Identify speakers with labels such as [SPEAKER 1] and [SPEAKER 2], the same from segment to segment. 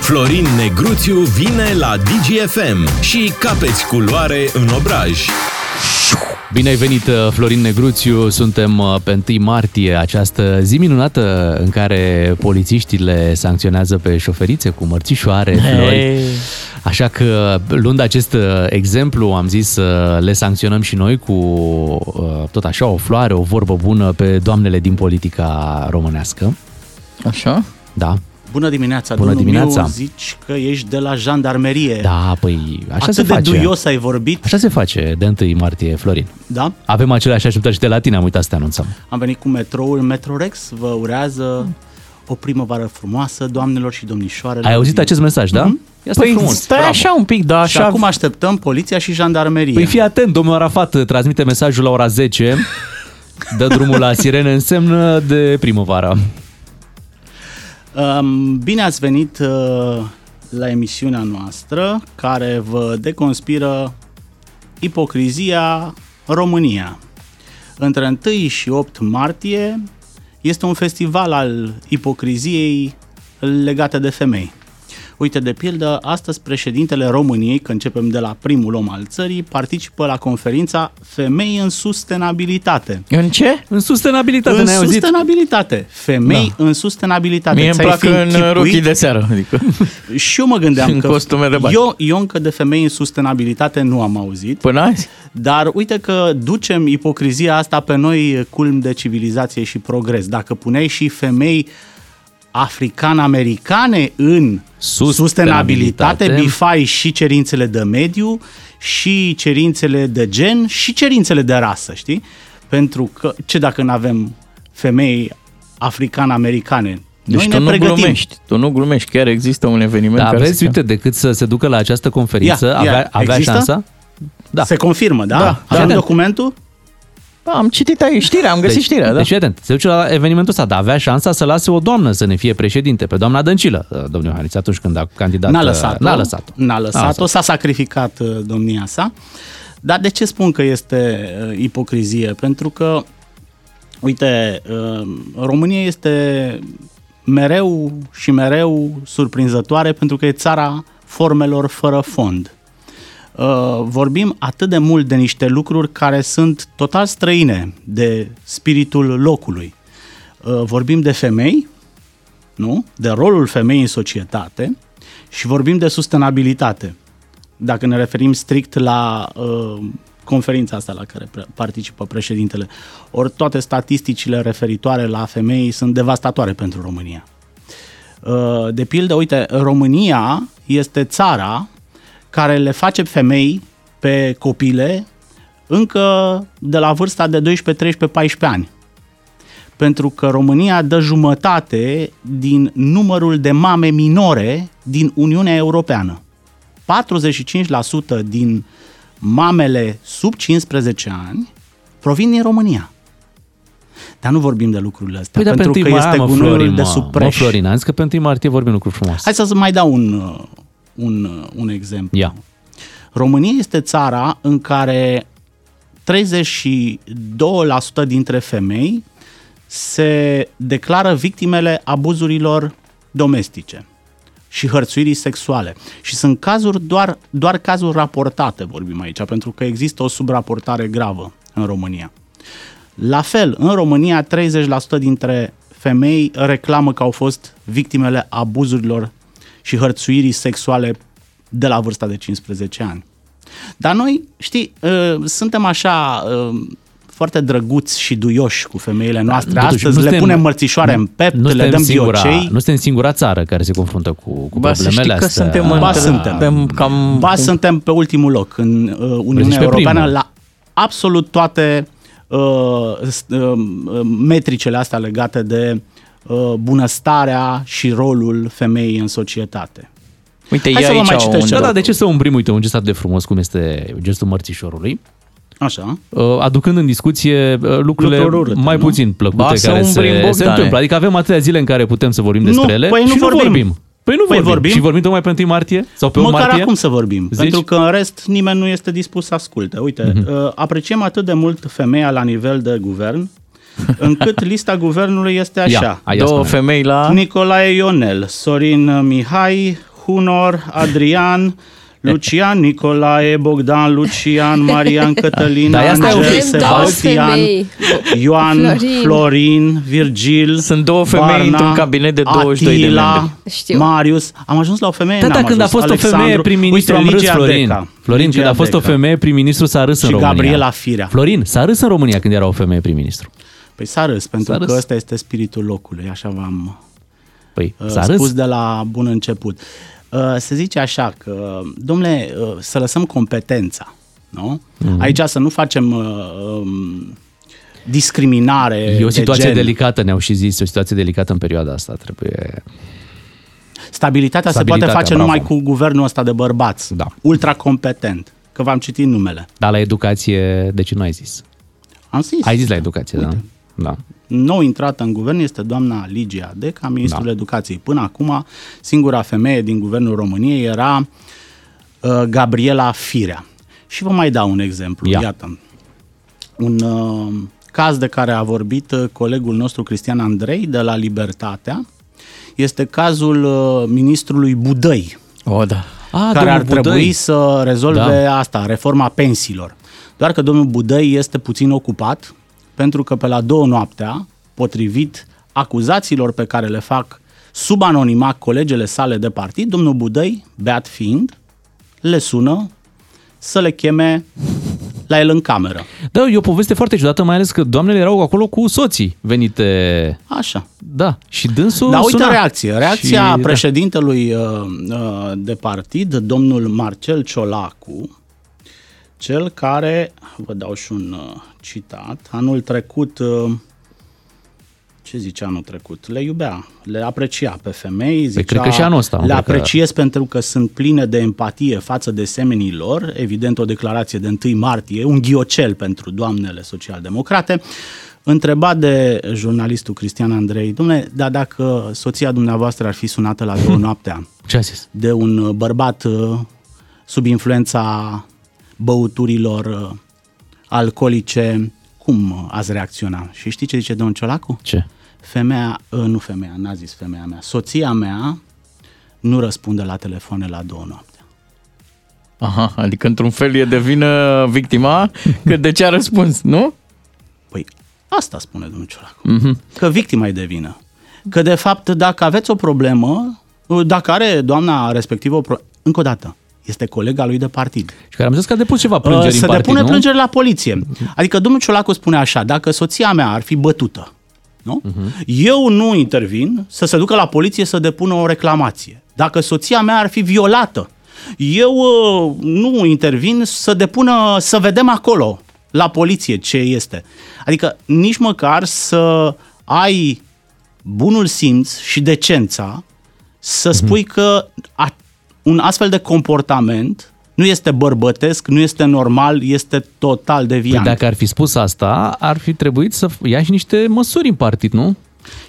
[SPEAKER 1] Florin Negruțiu vine la DGFM și capeți culoare în obraj.
[SPEAKER 2] Bine ai venit, uh, Florin Negruțiu. Suntem uh, pe 1 martie, această zi minunată în care polițiștii le sancționează pe șoferițe cu mărțișoare, flori. Așa că, luând acest uh, exemplu, am zis să le sancționăm și noi cu uh, tot așa o floare, o vorbă bună pe doamnele din politica românească.
[SPEAKER 3] Așa?
[SPEAKER 2] Da.
[SPEAKER 3] Bună dimineața,
[SPEAKER 2] Bună
[SPEAKER 3] domnul
[SPEAKER 2] dimineața.
[SPEAKER 3] Miu, zici că ești de la jandarmerie.
[SPEAKER 2] Da, păi așa
[SPEAKER 3] Atât
[SPEAKER 2] se
[SPEAKER 3] de
[SPEAKER 2] face.
[SPEAKER 3] duios ai vorbit,
[SPEAKER 2] Așa se face de 1 martie, Florin.
[SPEAKER 3] da?
[SPEAKER 2] Avem aceleași așteptări și de la tine, am uitat să te anunțăm.
[SPEAKER 3] Am venit cu metroul Metrorex, vă urează o primăvară frumoasă, doamnelor și domnișoarelor.
[SPEAKER 2] Ai auzit acest mesaj, da? Mm-hmm. Asta
[SPEAKER 4] Păi
[SPEAKER 2] e frumos.
[SPEAKER 4] stai
[SPEAKER 2] Bravo.
[SPEAKER 4] așa un pic, da,
[SPEAKER 3] Și
[SPEAKER 4] așa.
[SPEAKER 3] acum așteptăm poliția și jandarmeria.
[SPEAKER 2] Păi fii atent, domnul Arafat transmite mesajul la ora 10, dă drumul la sirene, însemnă de primăvară.
[SPEAKER 3] Um, Bine ați venit uh, la emisiunea noastră care vă deconspiră ipocrizia România. Între 1 și 8 martie este un festival al ipocriziei legate de femei. Uite, de pildă, astăzi președintele României, că începem de la primul om al țării, participă la conferința Femei în sustenabilitate.
[SPEAKER 4] În ce?
[SPEAKER 2] În
[SPEAKER 4] Da,
[SPEAKER 2] sustenabilitate,
[SPEAKER 3] în
[SPEAKER 2] ne-ai auzit?
[SPEAKER 3] sustenabilitate. Femei în sustenabilitate.
[SPEAKER 4] Mie îmi
[SPEAKER 3] Ți-ai fi
[SPEAKER 4] plac în
[SPEAKER 3] închipuit?
[SPEAKER 4] rochii de seară. Adică.
[SPEAKER 3] Și eu mă gândeam
[SPEAKER 4] În
[SPEAKER 3] că
[SPEAKER 4] costume de baie.
[SPEAKER 3] eu, eu încă de femei în sustenabilitate nu am auzit,
[SPEAKER 4] Până azi?
[SPEAKER 3] dar uite că ducem ipocrizia asta pe noi culm de civilizație și progres. Dacă puneai și femei african-americane în
[SPEAKER 2] Sustenabilitate.
[SPEAKER 3] sustenabilitate, bifai și cerințele de mediu, și cerințele de gen, și cerințele de rasă, știi? Pentru că, ce dacă nu avem femei african-americane?
[SPEAKER 4] Deci
[SPEAKER 3] Noi
[SPEAKER 4] tu
[SPEAKER 3] ne
[SPEAKER 4] nu
[SPEAKER 3] pregătim.
[SPEAKER 4] glumești, tu nu glumești, chiar există un eveniment
[SPEAKER 2] Da,
[SPEAKER 4] care
[SPEAKER 2] vezi,
[SPEAKER 4] se
[SPEAKER 2] uite, decât să se ducă la această conferință,
[SPEAKER 3] Ia, ia,
[SPEAKER 2] avea, avea
[SPEAKER 3] există?
[SPEAKER 2] șansa? Da.
[SPEAKER 3] Se confirmă, da?
[SPEAKER 2] Da,
[SPEAKER 3] da
[SPEAKER 2] da.
[SPEAKER 3] Avem documentul?
[SPEAKER 4] Ba, Da, am citit aici știrea, am găsit știrea, da.
[SPEAKER 2] deci, fii atent, se duce la evenimentul ăsta, dar avea șansa să lase o doamnă să ne fie președinte, pe doamna Dăncilă, uh, domnul Iohannis, atunci când a candidat.
[SPEAKER 3] N-a
[SPEAKER 2] uh,
[SPEAKER 3] lăsat-o.
[SPEAKER 2] N-a lăsat
[SPEAKER 3] N-a lăsat-o, s-a sacrificat uh, domnia sa. Dar de ce spun că este uh, ipocrizie? Pentru că, uite, uh, România este mereu și mereu surprinzătoare pentru că e țara formelor fără fond. Uh, Vorbim atât de mult de niște lucruri care sunt total străine de spiritul locului. Uh, Vorbim de femei, nu? de rolul femeii în societate și vorbim de sustenabilitate. Dacă ne referim strict la uh, conferința asta la care pre- participă președintele, ori toate statisticile referitoare la femei sunt devastatoare pentru România. Uh, de pildă, uite, România este țara care le face femei pe copile încă de la vârsta de 12, 13, 14 ani pentru că România dă jumătate din numărul de mame minore din Uniunea Europeană. 45% din mamele sub 15 ani provin din România. Dar nu vorbim de lucrurile astea,
[SPEAKER 2] Păi, dar
[SPEAKER 3] pentru
[SPEAKER 2] pe
[SPEAKER 3] că
[SPEAKER 2] 1
[SPEAKER 3] este
[SPEAKER 2] mă,
[SPEAKER 3] gunoiul
[SPEAKER 2] Florin,
[SPEAKER 3] de
[SPEAKER 2] mă,
[SPEAKER 3] sub
[SPEAKER 2] Mă,
[SPEAKER 3] preș.
[SPEAKER 2] Florin, am zis că pe 1 martie vorbim lucruri frumoase.
[SPEAKER 3] Hai să mai dau un, uh, un, uh, un exemplu.
[SPEAKER 2] Ia.
[SPEAKER 3] România este țara în care 32% dintre femei se declară victimele abuzurilor domestice și hărțuirii sexuale. Și sunt cazuri doar, doar cazuri raportate, vorbim aici, pentru că există o subraportare gravă în România. La fel, în România, 30% dintre femei reclamă că au fost victimele abuzurilor și hărțuirii sexuale de la vârsta de 15 ani. Dar noi, știi, ă, suntem așa ă, foarte drăguți și duioși cu femeile noastre.
[SPEAKER 2] Da, Totuși,
[SPEAKER 3] Astăzi
[SPEAKER 2] nu
[SPEAKER 3] le
[SPEAKER 2] suntem-
[SPEAKER 3] punem mărțișoare în pept,
[SPEAKER 2] nu
[SPEAKER 3] le
[SPEAKER 2] suntem
[SPEAKER 3] dăm
[SPEAKER 2] singura,
[SPEAKER 3] diocei.
[SPEAKER 2] Nu suntem singura țară care se confruntă cu, cu
[SPEAKER 4] Ba, să știi
[SPEAKER 2] problemele
[SPEAKER 4] că
[SPEAKER 2] astea.
[SPEAKER 4] suntem, în-
[SPEAKER 3] Ba, suntem.
[SPEAKER 4] suntem cam...
[SPEAKER 3] Ba, suntem pe ultimul loc în uh,
[SPEAKER 2] Păi zici
[SPEAKER 3] Uniunea
[SPEAKER 2] pe
[SPEAKER 3] Europeană
[SPEAKER 2] primul.
[SPEAKER 3] la absolut toate uh, s- uh, metricele astea legate de uh, bunăstarea și rolul femeii în societate.
[SPEAKER 4] Uite,
[SPEAKER 3] Hai
[SPEAKER 4] e
[SPEAKER 3] să vă
[SPEAKER 4] aici
[SPEAKER 3] mai citesc
[SPEAKER 4] un...
[SPEAKER 2] Da, da, de ce să umbrim, uite, un gestat de frumos cum este gestul mărțișorului,
[SPEAKER 3] Așa.
[SPEAKER 2] uh, aducând în discuție uh, lucrurile
[SPEAKER 3] Lucruri urâte,
[SPEAKER 2] mai
[SPEAKER 3] nu?
[SPEAKER 2] puțin plăcute
[SPEAKER 4] Ba, să
[SPEAKER 2] care
[SPEAKER 4] umbrim,
[SPEAKER 2] se, se
[SPEAKER 4] Bogdane.
[SPEAKER 2] întâmplă. Adică avem atâtea zile în care putem să vorbim despre
[SPEAKER 3] Nu,
[SPEAKER 2] ele
[SPEAKER 3] păi
[SPEAKER 2] și
[SPEAKER 3] nu vorbim.
[SPEAKER 2] Păi nu
[SPEAKER 3] Păi
[SPEAKER 2] vorbim.
[SPEAKER 3] vorbim.
[SPEAKER 2] Și vorbim tocmai pe 1 martie? Sau pe 1
[SPEAKER 3] Măcar
[SPEAKER 2] martie?
[SPEAKER 3] acum să vorbim,
[SPEAKER 2] Zici? Mhm.
[SPEAKER 3] pentru că în rest nimeni nu este dispus să asculte. Uite, uh, apreciem atât de mult femeia la nivel de guvern, încât lista guvernului este așa.
[SPEAKER 2] Ia, hai, ia
[SPEAKER 4] Două
[SPEAKER 2] spune.
[SPEAKER 4] femei la...
[SPEAKER 3] Nicolae Ionel, Sorin Mihai, Hunor, Adrian, Lucian, Nicolae, Bogdan, Lucian, Marian, Cătălin,
[SPEAKER 2] Dar asta e o
[SPEAKER 3] Angel,
[SPEAKER 2] fi-
[SPEAKER 5] Avem două
[SPEAKER 3] Sebastian,
[SPEAKER 5] femei.
[SPEAKER 3] Ioan,
[SPEAKER 5] Florin.
[SPEAKER 3] Florin, Virgil,
[SPEAKER 4] Sunt două femei
[SPEAKER 3] Barna,
[SPEAKER 4] într-un cabinet de 22 de
[SPEAKER 3] Atila,
[SPEAKER 4] membre.
[SPEAKER 5] Știu.
[SPEAKER 3] Marius. Am ajuns la o femeie,
[SPEAKER 2] Da, da,
[SPEAKER 3] n-am
[SPEAKER 2] când a
[SPEAKER 3] ajuns.
[SPEAKER 2] fost o femeie
[SPEAKER 3] Alexandru.
[SPEAKER 2] prim-ministru,
[SPEAKER 3] Uite,
[SPEAKER 2] am râs
[SPEAKER 3] Ligia
[SPEAKER 2] Florin.
[SPEAKER 3] Deca.
[SPEAKER 2] Florin,
[SPEAKER 3] Ligia
[SPEAKER 2] când a fost o
[SPEAKER 3] Deca.
[SPEAKER 2] femeie prim-ministru, s-a râs în
[SPEAKER 3] Și
[SPEAKER 2] România.
[SPEAKER 3] Gabriela Firea.
[SPEAKER 2] Florin, s-a râs în România când era o femeie prim-ministru.
[SPEAKER 3] Păi s-a râs, pentru
[SPEAKER 2] S-a râs.
[SPEAKER 3] că ăsta este spiritul locului, așa v-am
[SPEAKER 2] Păi,
[SPEAKER 3] uh,
[SPEAKER 2] s-a
[SPEAKER 3] spus
[SPEAKER 2] râs.
[SPEAKER 3] de la bun început. Uh, Se zice așa că, domnule, uh, să lăsăm competența, nu?
[SPEAKER 2] Mhm.
[SPEAKER 3] Aici să nu facem uh, um, discriminare
[SPEAKER 2] E o situație
[SPEAKER 3] de gen.
[SPEAKER 2] delicată, ne-au și zis, e o situație delicată în perioada asta. Trebuie...
[SPEAKER 3] Stabilitatea, se poate
[SPEAKER 2] Stabilitatea,
[SPEAKER 3] face
[SPEAKER 2] bravo.
[SPEAKER 3] numai cu guvernul ăsta de bărbați,
[SPEAKER 2] Da.
[SPEAKER 3] ultracompetent, că v-am citit numele.
[SPEAKER 2] Dar la educație, de ce nu ai zis?
[SPEAKER 3] Am zis.
[SPEAKER 2] Ai zis la educație, Uite. da? Da.
[SPEAKER 3] nou intrată în guvern este doamna Ligia Deca, ministrul
[SPEAKER 2] Da.
[SPEAKER 3] da. educației. Până acum, singura femeie din guvernul României era uh, Gabriela Firea. Și vă mai dau un exemplu,
[SPEAKER 2] Ia.
[SPEAKER 3] Ia. iată. Un uh, caz de care a vorbit uh, colegul nostru Cristian Andrei de la Libertatea este cazul uh, ministrului Budăi
[SPEAKER 4] O, da.
[SPEAKER 2] A,
[SPEAKER 3] care
[SPEAKER 2] domnul
[SPEAKER 3] ar trebui
[SPEAKER 2] Budăi.
[SPEAKER 3] să rezolve da. asta, reforma pensiilor. Doar că domnul Budăi este puțin ocupat, pentru că pe la două noaptea, potrivit acuzațiilor pe care le fac sub anonimat colegele sale de partid, domnul Budăi, beat fiind, le sună să le cheme la el în cameră.
[SPEAKER 2] Da, e o poveste foarte ciudată, mai ales că doamnele erau acolo cu soții venite...
[SPEAKER 3] Așa.
[SPEAKER 2] Da, și dânsul
[SPEAKER 3] Dar uite
[SPEAKER 2] suna.
[SPEAKER 3] reacție. Reacția
[SPEAKER 2] da. Și-
[SPEAKER 3] și,
[SPEAKER 2] da.
[SPEAKER 3] președintelui uh, uh, de partid, domnul Marcel Ciolacu, cel care, vă dau și un uh, citat, anul trecut, uh, ce zice anul trecut? Le iubea, le aprecia pe femei, zicea,
[SPEAKER 2] Păi, cred că și anul ăsta, nu
[SPEAKER 3] le
[SPEAKER 2] cred că-
[SPEAKER 3] apreciez pentru că sunt pline de empatie față de semenii lor, evident o declarație de 1 martie, un ghiocel pentru doamnele socialdemocrate, întrebat de jurnalistul Cristian Andrei, domnule, dar dacă soția dumneavoastră ar fi sunată la două noaptea,
[SPEAKER 2] Ce a zis?
[SPEAKER 3] de un uh, bărbat uh, sub influența băuturilor uh, alcoolice, cum uh, ați reacționa? Și știi ce zice domnul Ciolacu?
[SPEAKER 2] Ce?
[SPEAKER 3] Femeia, uh, nu femeia, n-a zis femeia mea, soția mea nu răspunde la telefoane la două noapte.
[SPEAKER 4] Aha, adică într-un fel e de vină victima că de ce a răspuns, nu?
[SPEAKER 3] Păi asta spune domnul Ciolacu, că victima e de vină. Că de fapt dacă aveți o problemă, uh, dacă are doamna respectivă o problemă, încă o dată, este colega lui de partid.
[SPEAKER 2] Și care am zis că a depus ceva plângeri
[SPEAKER 3] Uh,
[SPEAKER 2] în
[SPEAKER 3] să
[SPEAKER 2] partid,
[SPEAKER 3] depune
[SPEAKER 2] nu?
[SPEAKER 3] plângeri la poliție. Adică domnul Ciolacu spune așa, dacă soția mea ar fi bătută, nu?
[SPEAKER 2] Mhm.
[SPEAKER 3] eu nu intervin să se ducă la poliție să depună o reclamație. Dacă soția mea ar fi violată, eu uh, nu intervin să depună, să vedem acolo, la poliție, ce este. Adică nici măcar să ai bunul simț și decența să
[SPEAKER 2] Mhm.
[SPEAKER 3] spui că a, un astfel de comportament nu este bărbătesc, nu este normal, este
[SPEAKER 2] Păi
[SPEAKER 3] total deviant.
[SPEAKER 2] dacă ar fi spus asta, ar fi trebuit să ia și niște măsuri în partid, nu?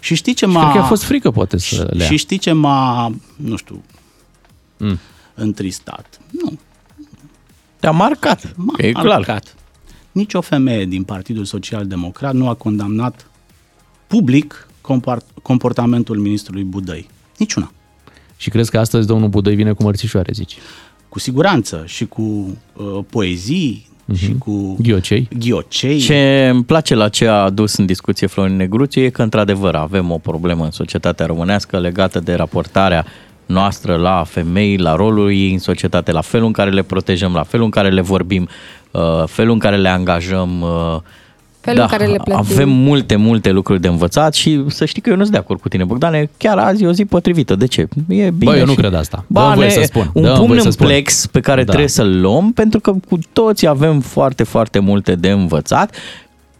[SPEAKER 3] și știi ce
[SPEAKER 2] Ma...
[SPEAKER 3] m-a...
[SPEAKER 2] Cred că a fost frică, poate, să le ia.
[SPEAKER 3] Ah. și știi ce m-a, nu știu, mm. întristat? Nu,
[SPEAKER 4] Te-a marcat.
[SPEAKER 3] m-a
[SPEAKER 4] e clar.
[SPEAKER 3] marcat. Nici o femeie din Partidul Social Democrat nu a condamnat public compart- comportamentul ministrului Budăi. Niciuna.
[SPEAKER 2] Și crezi că astăzi domnul Budăi vine cu mărțișoare, zici?
[SPEAKER 3] Cu siguranță și cu uh, poezii
[SPEAKER 2] Mhm.
[SPEAKER 3] și cu
[SPEAKER 2] Ghiocei?
[SPEAKER 3] ghiocei.
[SPEAKER 4] Ce îmi place la ce a adus în discuție Florin Negruțiu e că, într-adevăr, avem o problemă în societatea românească legată de raportarea noastră la femei, la rolul ei în societate, la felul în care le protejăm, la felul în care le vorbim, uh, felul în care le angajăm. uh,
[SPEAKER 5] Felul în care le plătim.
[SPEAKER 4] Avem multe, multe lucruri de învățat și să știi că eu nu sunt de acord cu tine, Bogdane. Chiar azi e o zi potrivită. De ce? E bine.
[SPEAKER 2] Bă, eu nu
[SPEAKER 4] și-
[SPEAKER 2] cred asta.
[SPEAKER 4] Ba,
[SPEAKER 2] Dă-mi voie
[SPEAKER 4] ne-
[SPEAKER 2] să spun.
[SPEAKER 4] Un
[SPEAKER 2] Dă-mi
[SPEAKER 4] pumn
[SPEAKER 2] voie să
[SPEAKER 4] în
[SPEAKER 2] spun.
[SPEAKER 4] plex pe care
[SPEAKER 2] Da.
[SPEAKER 4] trebuie să-l luăm, pentru că cu toți avem foarte, foarte multe de învățat.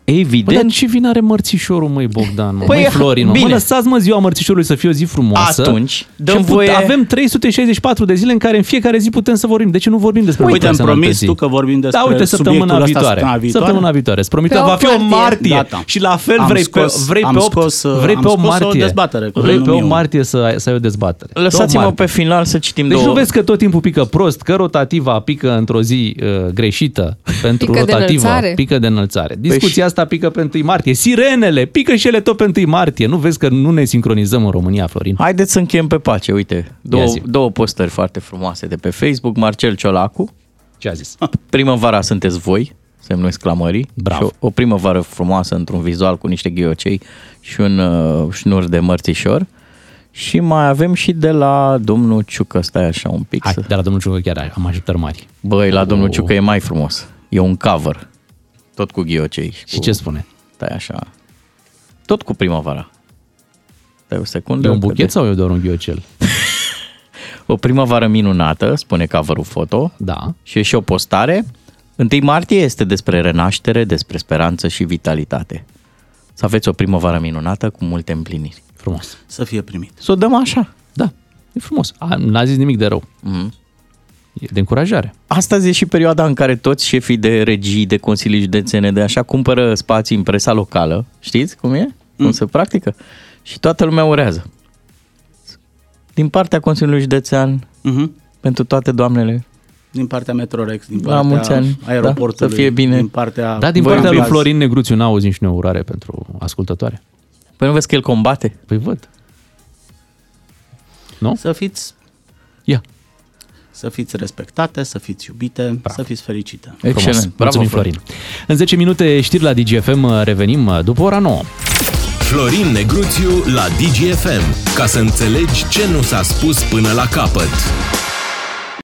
[SPEAKER 2] Bă, Păi dar
[SPEAKER 4] Evident,
[SPEAKER 2] ce vină are mărțișorul, măi, Bogdan, mă,
[SPEAKER 4] Păi,
[SPEAKER 2] măi, Florin, mă, mă,
[SPEAKER 4] bine.
[SPEAKER 2] lăsați-mă ziua mărțișorului să fie o zi frumoasă.
[SPEAKER 4] Atunci, dăm
[SPEAKER 2] Și put-
[SPEAKER 4] voie-
[SPEAKER 2] Avem 364 de zile în care în fiecare zi putem să vorbim. De ce nu vorbim despre
[SPEAKER 3] Uite,
[SPEAKER 2] mărțișorul
[SPEAKER 3] îmi
[SPEAKER 2] în altă
[SPEAKER 3] promis
[SPEAKER 2] zi?
[SPEAKER 3] tu că vorbim despre
[SPEAKER 2] Da, uite,
[SPEAKER 3] subiectul
[SPEAKER 2] săptămâna
[SPEAKER 3] ăsta
[SPEAKER 2] viitoare.
[SPEAKER 3] săptămâna viitoare.
[SPEAKER 2] Săptămâna viitoare. Îți promit
[SPEAKER 5] Pe
[SPEAKER 2] că
[SPEAKER 5] o
[SPEAKER 2] va fi o
[SPEAKER 5] martie.
[SPEAKER 2] martie.
[SPEAKER 3] Gata.
[SPEAKER 2] Și la fel
[SPEAKER 3] Am
[SPEAKER 2] vrei
[SPEAKER 3] scos-
[SPEAKER 2] pe, vrei
[SPEAKER 3] am
[SPEAKER 2] pe 8,
[SPEAKER 3] scos, uh,
[SPEAKER 2] vrei
[SPEAKER 3] am
[SPEAKER 2] pe 8
[SPEAKER 3] scos o
[SPEAKER 2] martie.
[SPEAKER 3] dezbatere cu
[SPEAKER 2] vrei pe
[SPEAKER 3] domnul
[SPEAKER 2] 8
[SPEAKER 3] Miu.
[SPEAKER 2] martie să ai, să ai o dezbatere. Pe 8
[SPEAKER 4] lăsați-mă
[SPEAKER 2] martie.
[SPEAKER 4] pe final să citim
[SPEAKER 2] Deci
[SPEAKER 4] două.
[SPEAKER 2] nu vezi că tot timpul pică prost, că rotativa pică într-o zi uh, greșită pentru
[SPEAKER 5] Pică de
[SPEAKER 2] rotativă,
[SPEAKER 5] înălțare.
[SPEAKER 4] Păi
[SPEAKER 2] pică de înălțare. Discuția asta asta pică pe 1 martie. Sirenele, pică și ele tot pe 1 martie. Nu vezi că nu ne sincronizăm în România, Florin?
[SPEAKER 4] Haideți să încheiem pe pace, uite. Două,
[SPEAKER 2] zi.
[SPEAKER 4] două postări foarte frumoase de pe Facebook. Marcel Ciolacu,
[SPEAKER 2] Ce a zis?
[SPEAKER 4] primăvara sunteți voi, semnul exclamării.
[SPEAKER 2] Bravo.
[SPEAKER 4] Și o, o primăvară frumoasă într-un vizual cu niște ghiocei și un uh, șnur de mărțișor. Și mai avem și de la domnul Ciucă, stai așa un pic.
[SPEAKER 2] Hai,
[SPEAKER 4] să-
[SPEAKER 2] de la domnul Ciucă chiar am așteptări mari.
[SPEAKER 4] Băi, la domnul
[SPEAKER 2] Oh.
[SPEAKER 4] Ciucă e mai frumos. E un cover. Tot cu ghiocei.
[SPEAKER 2] Și
[SPEAKER 4] cu...
[SPEAKER 2] ce spune?
[SPEAKER 4] Stai așa. Tot cu primăvara. Stai o secundă.
[SPEAKER 2] E un
[SPEAKER 4] că
[SPEAKER 2] buchet sau e doar un ghiocel?
[SPEAKER 4] O primăvară minunată, spune coverul foto.
[SPEAKER 2] Da.
[SPEAKER 4] Și e și o postare. 1 martie este despre renaștere, despre speranță și vitalitate. Să aveți o primăvară minunată cu multe împliniri.
[SPEAKER 2] Frumos.
[SPEAKER 3] Să fie primit.
[SPEAKER 4] Să o dăm așa.
[SPEAKER 2] Da, e frumos. A, n-a zis nimic de rău.
[SPEAKER 4] Mhm.
[SPEAKER 2] E de încurajare.
[SPEAKER 4] Astăzi e și perioada în care toți șefii de regii, de consilii județene, de așa, cumpără spații în presa locală. Știți cum e? Mm. Cum se practică? Și toată lumea urează. Din partea Consiliului Județean,
[SPEAKER 3] Uh-huh.
[SPEAKER 4] pentru toate doamnele,
[SPEAKER 3] Din partea Metrorex, din
[SPEAKER 4] La
[SPEAKER 3] partea
[SPEAKER 4] Da, mulți ani. Da,
[SPEAKER 3] aeroportului,
[SPEAKER 4] să fie bine.
[SPEAKER 3] din partea...
[SPEAKER 2] Da, din
[SPEAKER 4] Voi
[SPEAKER 2] partea lui
[SPEAKER 4] iubiți.
[SPEAKER 2] Florin Negruțiu n-auzi nici noi urare pentru ascultătoare.
[SPEAKER 4] Păi nu vezi că el combate?
[SPEAKER 2] Păi văd. Nu?
[SPEAKER 3] Să fiți,
[SPEAKER 2] Ia.
[SPEAKER 3] să fiți respectate, să fiți iubite,
[SPEAKER 4] Da.
[SPEAKER 3] Bravo. să fiți fericite.
[SPEAKER 2] Frumos. Mulțumim, Florin. În 10 minute știri la DGFM revenim după ora 9.
[SPEAKER 1] Florin Negruțiu la DGFM. Ca să înțelegi ce nu s-a spus până la capăt.